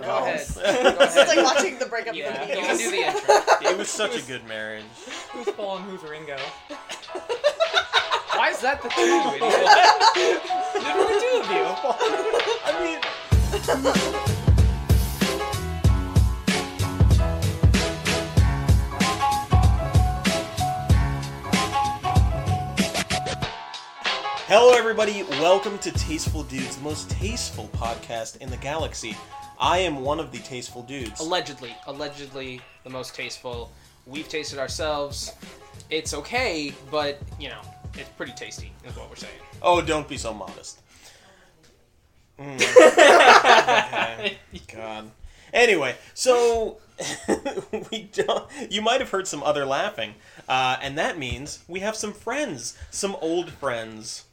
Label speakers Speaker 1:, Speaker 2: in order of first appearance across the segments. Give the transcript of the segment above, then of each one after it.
Speaker 1: Yes.
Speaker 2: Go
Speaker 3: It's
Speaker 2: ahead.
Speaker 3: like watching the breakup
Speaker 2: Yeah,
Speaker 3: of
Speaker 2: you
Speaker 3: the
Speaker 2: can do
Speaker 3: Beatles.
Speaker 2: the intro.
Speaker 4: It was such a good marriage.
Speaker 2: Who's Paul and who's Ringo? Why is that the two? idiot? There were two of you.
Speaker 4: I mean, Hello, everybody. Welcome to Tasteful Dudes, the most tasteful podcast in the galaxy. I am one of the tasteful dudes.
Speaker 2: Allegedly, allegedly the most tasteful. We've tasted ourselves. It's okay, but you know, it's pretty tasty, is what we're saying.
Speaker 4: Oh, don't be so modest. Mm. Okay. God. Anyway, so we don't. You might have heard some other laughing, uh, and that means we have some friends, some old friends.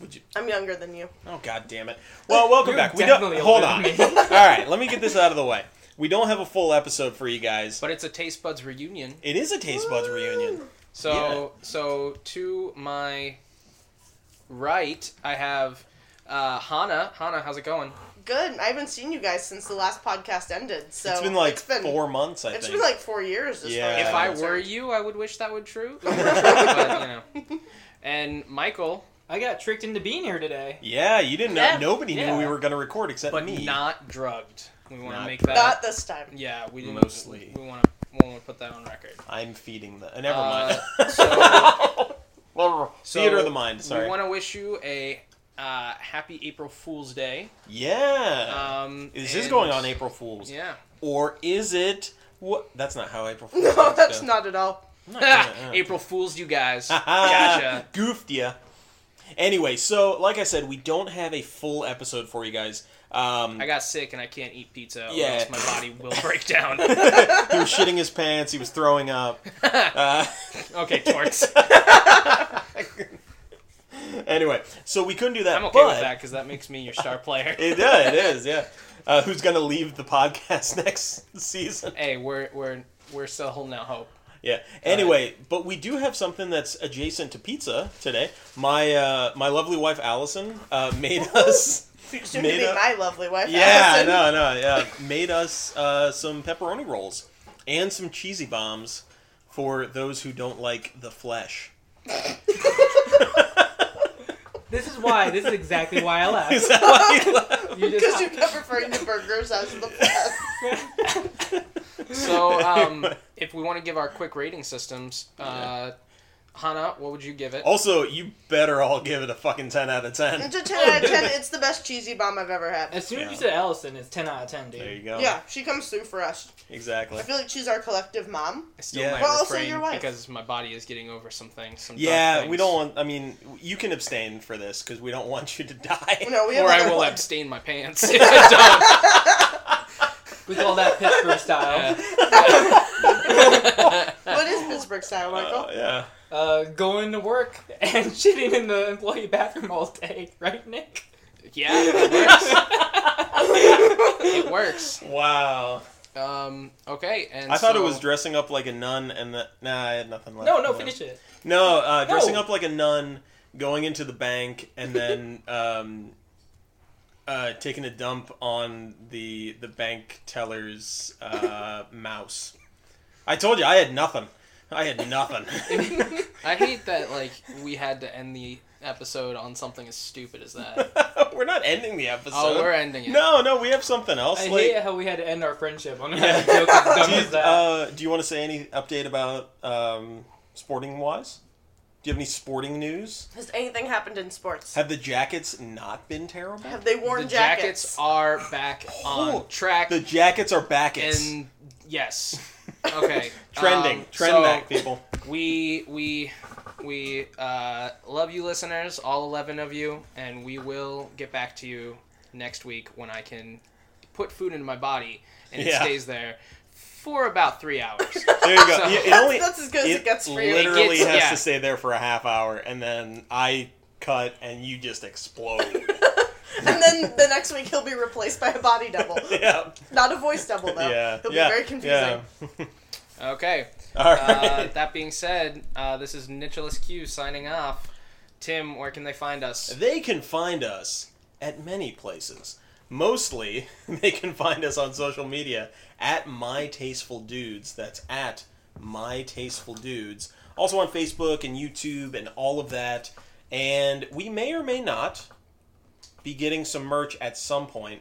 Speaker 4: Would you?
Speaker 3: I'm younger than you.
Speaker 4: Oh God damn it! Well, welcome
Speaker 2: You're
Speaker 4: back. We don't.
Speaker 2: definitely
Speaker 4: Hold on.
Speaker 2: older
Speaker 4: All
Speaker 2: than me.
Speaker 4: right, let me get this out of the way. We don't have a full episode for you guys.
Speaker 2: But it's a taste buds reunion.
Speaker 4: It is a Taste Buds reunion.
Speaker 2: So so to my right, I have uh, Hana. Hana, how's it going?
Speaker 3: Good. I haven't seen you guys since the last podcast ended. So
Speaker 4: it's been like
Speaker 3: it's been,
Speaker 4: four months, I
Speaker 3: It's
Speaker 4: think.
Speaker 3: been like four years. As
Speaker 4: Yeah.
Speaker 3: far as
Speaker 2: If
Speaker 3: I'm
Speaker 2: I were
Speaker 3: concerned.
Speaker 2: you, I would wish that were true. but, you know. And Michael,
Speaker 5: I got tricked into being here today.
Speaker 4: yeah, you didn't know.
Speaker 3: Yeah.
Speaker 4: Nobody
Speaker 5: Yeah.
Speaker 4: knew we were going to record except
Speaker 2: but
Speaker 4: me.
Speaker 2: not drugged. We want to
Speaker 4: Not
Speaker 2: make that.
Speaker 3: not this time.
Speaker 2: yeah, we didn't.
Speaker 4: Mostly.
Speaker 2: We want to. We want to put that on record.
Speaker 4: I'm feeding the. uh, Never
Speaker 2: Uh,
Speaker 4: mind.
Speaker 2: So,
Speaker 4: Theater of the mind. Sorry.
Speaker 2: We want to wish you a uh, happy April Fool's Day.
Speaker 4: yeah.
Speaker 2: Um,
Speaker 4: this Uh, is
Speaker 2: and-
Speaker 4: going on April Fools.
Speaker 2: Yeah.
Speaker 4: Or is it? What? That's not how April Fools.
Speaker 3: No,
Speaker 4: jokes
Speaker 3: that's
Speaker 4: go.
Speaker 3: not at all.
Speaker 4: I'm not gonna- uh.
Speaker 2: April Fools, you guys.
Speaker 4: Ah,
Speaker 2: gotcha.
Speaker 4: Goofed ya. Anyway, so like I said, we don't have a full episode for you guys. Um,
Speaker 2: I got sick and I can't eat pizza.
Speaker 4: Yeah.
Speaker 2: Yeah. Else my body will break down.
Speaker 4: he was shitting his pants. He was throwing up. Uh,
Speaker 2: okay, Torx.
Speaker 4: anyway, so we couldn't do that.
Speaker 2: I'm okay
Speaker 4: but
Speaker 2: with that because that makes me your star player.
Speaker 4: It, yeah, it is. Yeah. Uh, who's gonna leave the podcast next season?
Speaker 2: hey, we're we're we're still holding out hope.
Speaker 4: Yeah. Anyway, but we do have something that's adjacent to pizza today. My uh, my lovely wife Allison uh, made us.
Speaker 3: Soon
Speaker 4: Made
Speaker 3: to be
Speaker 4: up-
Speaker 3: my lovely wife.
Speaker 4: Yeah,
Speaker 3: Allison.
Speaker 4: no, no, yeah, made us uh, some pepperoni rolls and some cheesy bombs for those who don't like the flesh.
Speaker 5: This is why. This is exactly why I
Speaker 4: Is that
Speaker 5: left.
Speaker 4: why you laugh?
Speaker 5: You
Speaker 3: Because
Speaker 5: just
Speaker 3: you kept referring to burgers as the best.
Speaker 2: So, um, if we want to give our quick rating systems, uh, Hana, what would you give it?
Speaker 4: Also, you better all give it a fucking ten out of ten.
Speaker 3: It's a 10 out of 10. It's the best cheesy bomb I've ever had.
Speaker 5: as soon as
Speaker 4: Yeah.
Speaker 5: you said Ellison, it's ten out of ten, dude.
Speaker 4: There you go.
Speaker 3: Yeah, she comes through for us.
Speaker 4: Exactly.
Speaker 3: I feel like she's our collective mom.
Speaker 2: I still
Speaker 4: Yeah.
Speaker 2: might
Speaker 3: Well, also
Speaker 2: refrain
Speaker 3: your wife.
Speaker 2: because my body is getting over some things. Some dark
Speaker 4: Yeah,
Speaker 2: things.
Speaker 4: we don't want. I mean, you can abstain for this because we don't want you to die.
Speaker 3: Oh, No, we have
Speaker 2: Or I
Speaker 3: another
Speaker 2: will
Speaker 3: one.
Speaker 2: abstain my pants. if I don't.
Speaker 5: We call that Pittsburgh style.
Speaker 3: What is Pittsburgh style, Michael?
Speaker 4: Uh, yeah.
Speaker 5: Uh, going to work and shitting in the employee bathroom all day, right, Nick?
Speaker 2: Yeah, it works. it works.
Speaker 4: Wow.
Speaker 2: Um, okay, and
Speaker 4: I thought it
Speaker 2: so-
Speaker 4: was dressing up like a nun and the nah, I had nothing left.
Speaker 5: No, no, finish it.
Speaker 4: No, uh, dressing
Speaker 5: No.
Speaker 4: up like a nun, going into the bank, and then um, uh, taking a dump on the the bank teller's uh, mouse. I told you I had nothing. I had nothing.
Speaker 2: I hate that like we had to end the episode on something as stupid as that.
Speaker 4: we're not ending the episode.
Speaker 2: oh, we're ending it.
Speaker 4: no, no, we have something else.
Speaker 5: I
Speaker 4: like,
Speaker 5: hate how we had to end our friendship on a joke as dumb
Speaker 4: do you,
Speaker 5: as that.
Speaker 4: uh, do you want to say any update about um, sporting wise? Do you have any sporting news?
Speaker 3: Has anything happened in sports?
Speaker 4: Have the jackets not been terrible?
Speaker 3: Have they worn
Speaker 2: the jackets are back
Speaker 4: Oh,
Speaker 2: on track.
Speaker 4: The jackets are back. It's
Speaker 2: and yes, okay,
Speaker 4: trending,
Speaker 2: um,
Speaker 4: trend
Speaker 2: so
Speaker 4: back, people.
Speaker 2: We we we uh, love you, listeners, all eleven of you, and we will get back to you next week when I can put food into my body and it
Speaker 4: Yeah.
Speaker 2: stays there for about three hours.
Speaker 4: There you go.
Speaker 2: So-
Speaker 4: Yeah, it
Speaker 3: That's-
Speaker 4: only
Speaker 3: that's as good as it gets for you. It
Speaker 4: literally
Speaker 2: gets-
Speaker 4: has
Speaker 2: yeah.
Speaker 4: to stay there for a half hour, and then I cut, and you just explode.
Speaker 3: And then the next week he'll be replaced by a body double.
Speaker 4: yeah,
Speaker 3: Not a voice double, though.
Speaker 4: yeah,
Speaker 3: He'll
Speaker 4: yeah,
Speaker 3: be very confusing.
Speaker 4: Yeah.
Speaker 2: okay.
Speaker 4: All
Speaker 2: Uh,
Speaker 4: right.
Speaker 2: that being said, uh, this is Nicholas Q signing off. Tim, where can they find us?
Speaker 4: They can find us at many places. Mostly, they can find us on social media at My Tasteful Dudes. That's at My Tasteful Dudes. Also on Facebook and YouTube and all of that. And we may or may not be getting some merch at some point.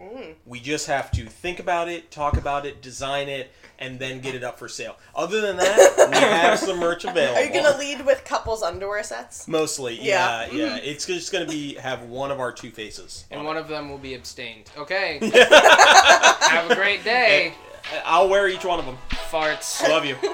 Speaker 3: Mm.
Speaker 4: We just have to think about it, talk about it, design it, and then get it up for sale. Other than that, we have some merch available.
Speaker 3: Are you gonna lead with couples underwear sets?
Speaker 4: Mostly, yeah,
Speaker 3: Yeah.
Speaker 5: Mm-hmm.
Speaker 4: yeah. It's just going to be have one of our two faces.
Speaker 2: and
Speaker 4: on
Speaker 2: one of them will be abstained. Okay,
Speaker 4: it.
Speaker 2: have a great day,
Speaker 4: I'll wear each one of them.
Speaker 2: farts.
Speaker 4: Love you.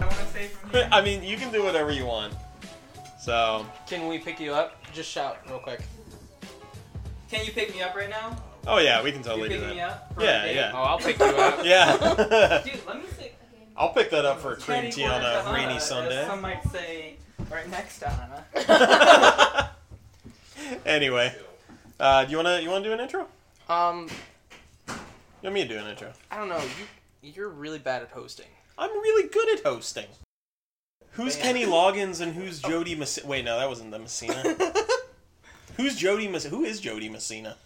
Speaker 5: I want to say from here.
Speaker 4: I mean, you can do whatever you want. So,
Speaker 2: Can we pick you up? Just shout real quick.
Speaker 5: Can you pick me up right now?
Speaker 4: oh yeah, we can
Speaker 5: you
Speaker 4: totally do
Speaker 5: pick me
Speaker 4: that.
Speaker 5: up? for a
Speaker 4: Yeah,
Speaker 5: date?
Speaker 2: Oh,
Speaker 4: yeah,
Speaker 2: I'll pick you up.
Speaker 4: yeah.
Speaker 5: Dude, let me say.
Speaker 4: I'll pick that up for cream
Speaker 5: Teddy
Speaker 4: tea on a
Speaker 5: Cortazana,
Speaker 4: rainy
Speaker 5: as
Speaker 4: Sunday.
Speaker 5: Some might say, right next to Anna.
Speaker 4: anyway, uh, do you wanna you wanna do an intro?
Speaker 2: Um,
Speaker 4: You want me to do an intro?
Speaker 2: I don't know. You, you're really bad at hosting.
Speaker 4: I'm really good at hosting. Who's
Speaker 2: Man.
Speaker 4: Kenny Loggins and who's Jody Messina? Wait, no, that wasn't the Messina. who's Jody Messina? Who is Jody Messina?